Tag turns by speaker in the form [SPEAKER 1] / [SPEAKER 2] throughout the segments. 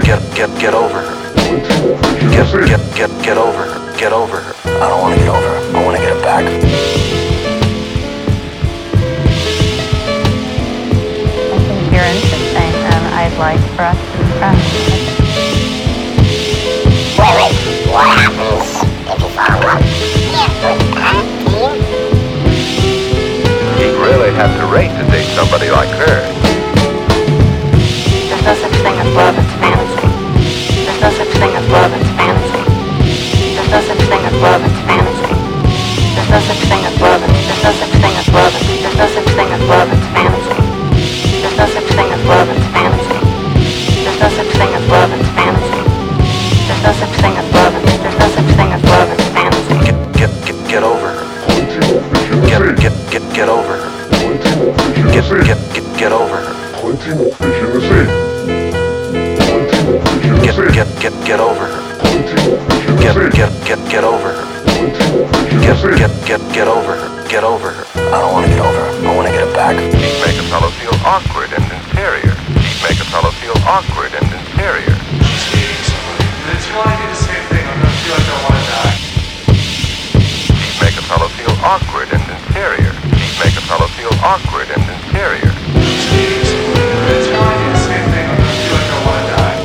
[SPEAKER 1] get over her. Get, get, get, get over her. Get over her. I don't want to get over her. I want to get her back.
[SPEAKER 2] I think you're interesting, and um, I'd like for us to um, be friends.
[SPEAKER 3] You'd really have to rate to date somebody like her.
[SPEAKER 2] There's no such thing as love, it's fantasy. There's no such thing as love, it's fantasy. There's no such thing as love, it's fantasy. There's no such thing as love, it's, there's no such thing as love, it's, there's no such thing as love, it's fantasy. There's no such thing as love, it's fantasy. There's no such thing as love, it's fantasy. There's no such thing as love, it's, there's no such thing as love, it's fantasy.
[SPEAKER 1] Get, get, get, get over her. Get, get, get, get over her. Get, get, get, get over her. Get, get, get, get over her. Get, get, get, get over her. Get, get, get, get over her. Get over her. I don't want to get over her. I want to get her back.
[SPEAKER 3] She'd make a fellow feel awkward and inferior. She'd make a fellow feel awkward and inferior.
[SPEAKER 4] She's dating somebody. It's probably the same thing. I'm gonna feel like I wanna die.
[SPEAKER 3] She'd make a fellow feel awkward and inferior. She'd make a fellow feel awkward and inferior.
[SPEAKER 4] She's dating somebody. It's probably the same thing. I'm gonna feel like I wanna die.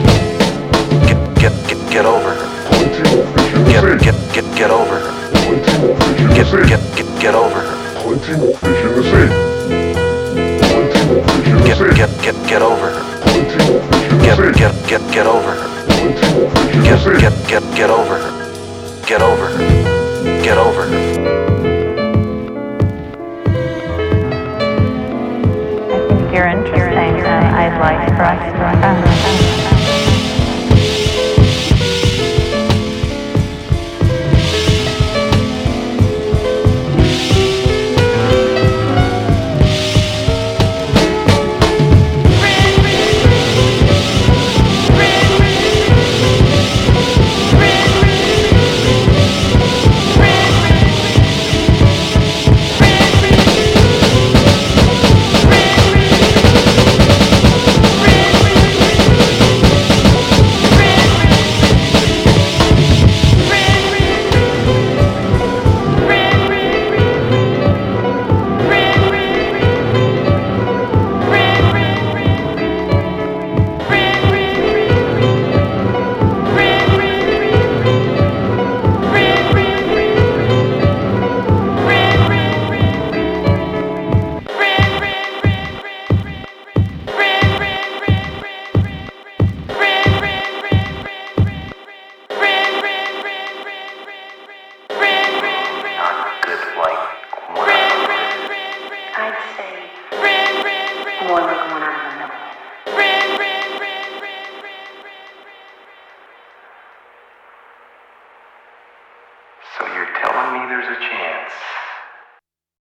[SPEAKER 1] Get, get, get, get over her. Get, get, get, get over her. Get, get, get, get over her. Get, get, get, get over her. Get, get, get, get over her. Get, get, get, get over her. Get over her. Get over her.
[SPEAKER 2] I think you're interesting, and um, I'd like for us um,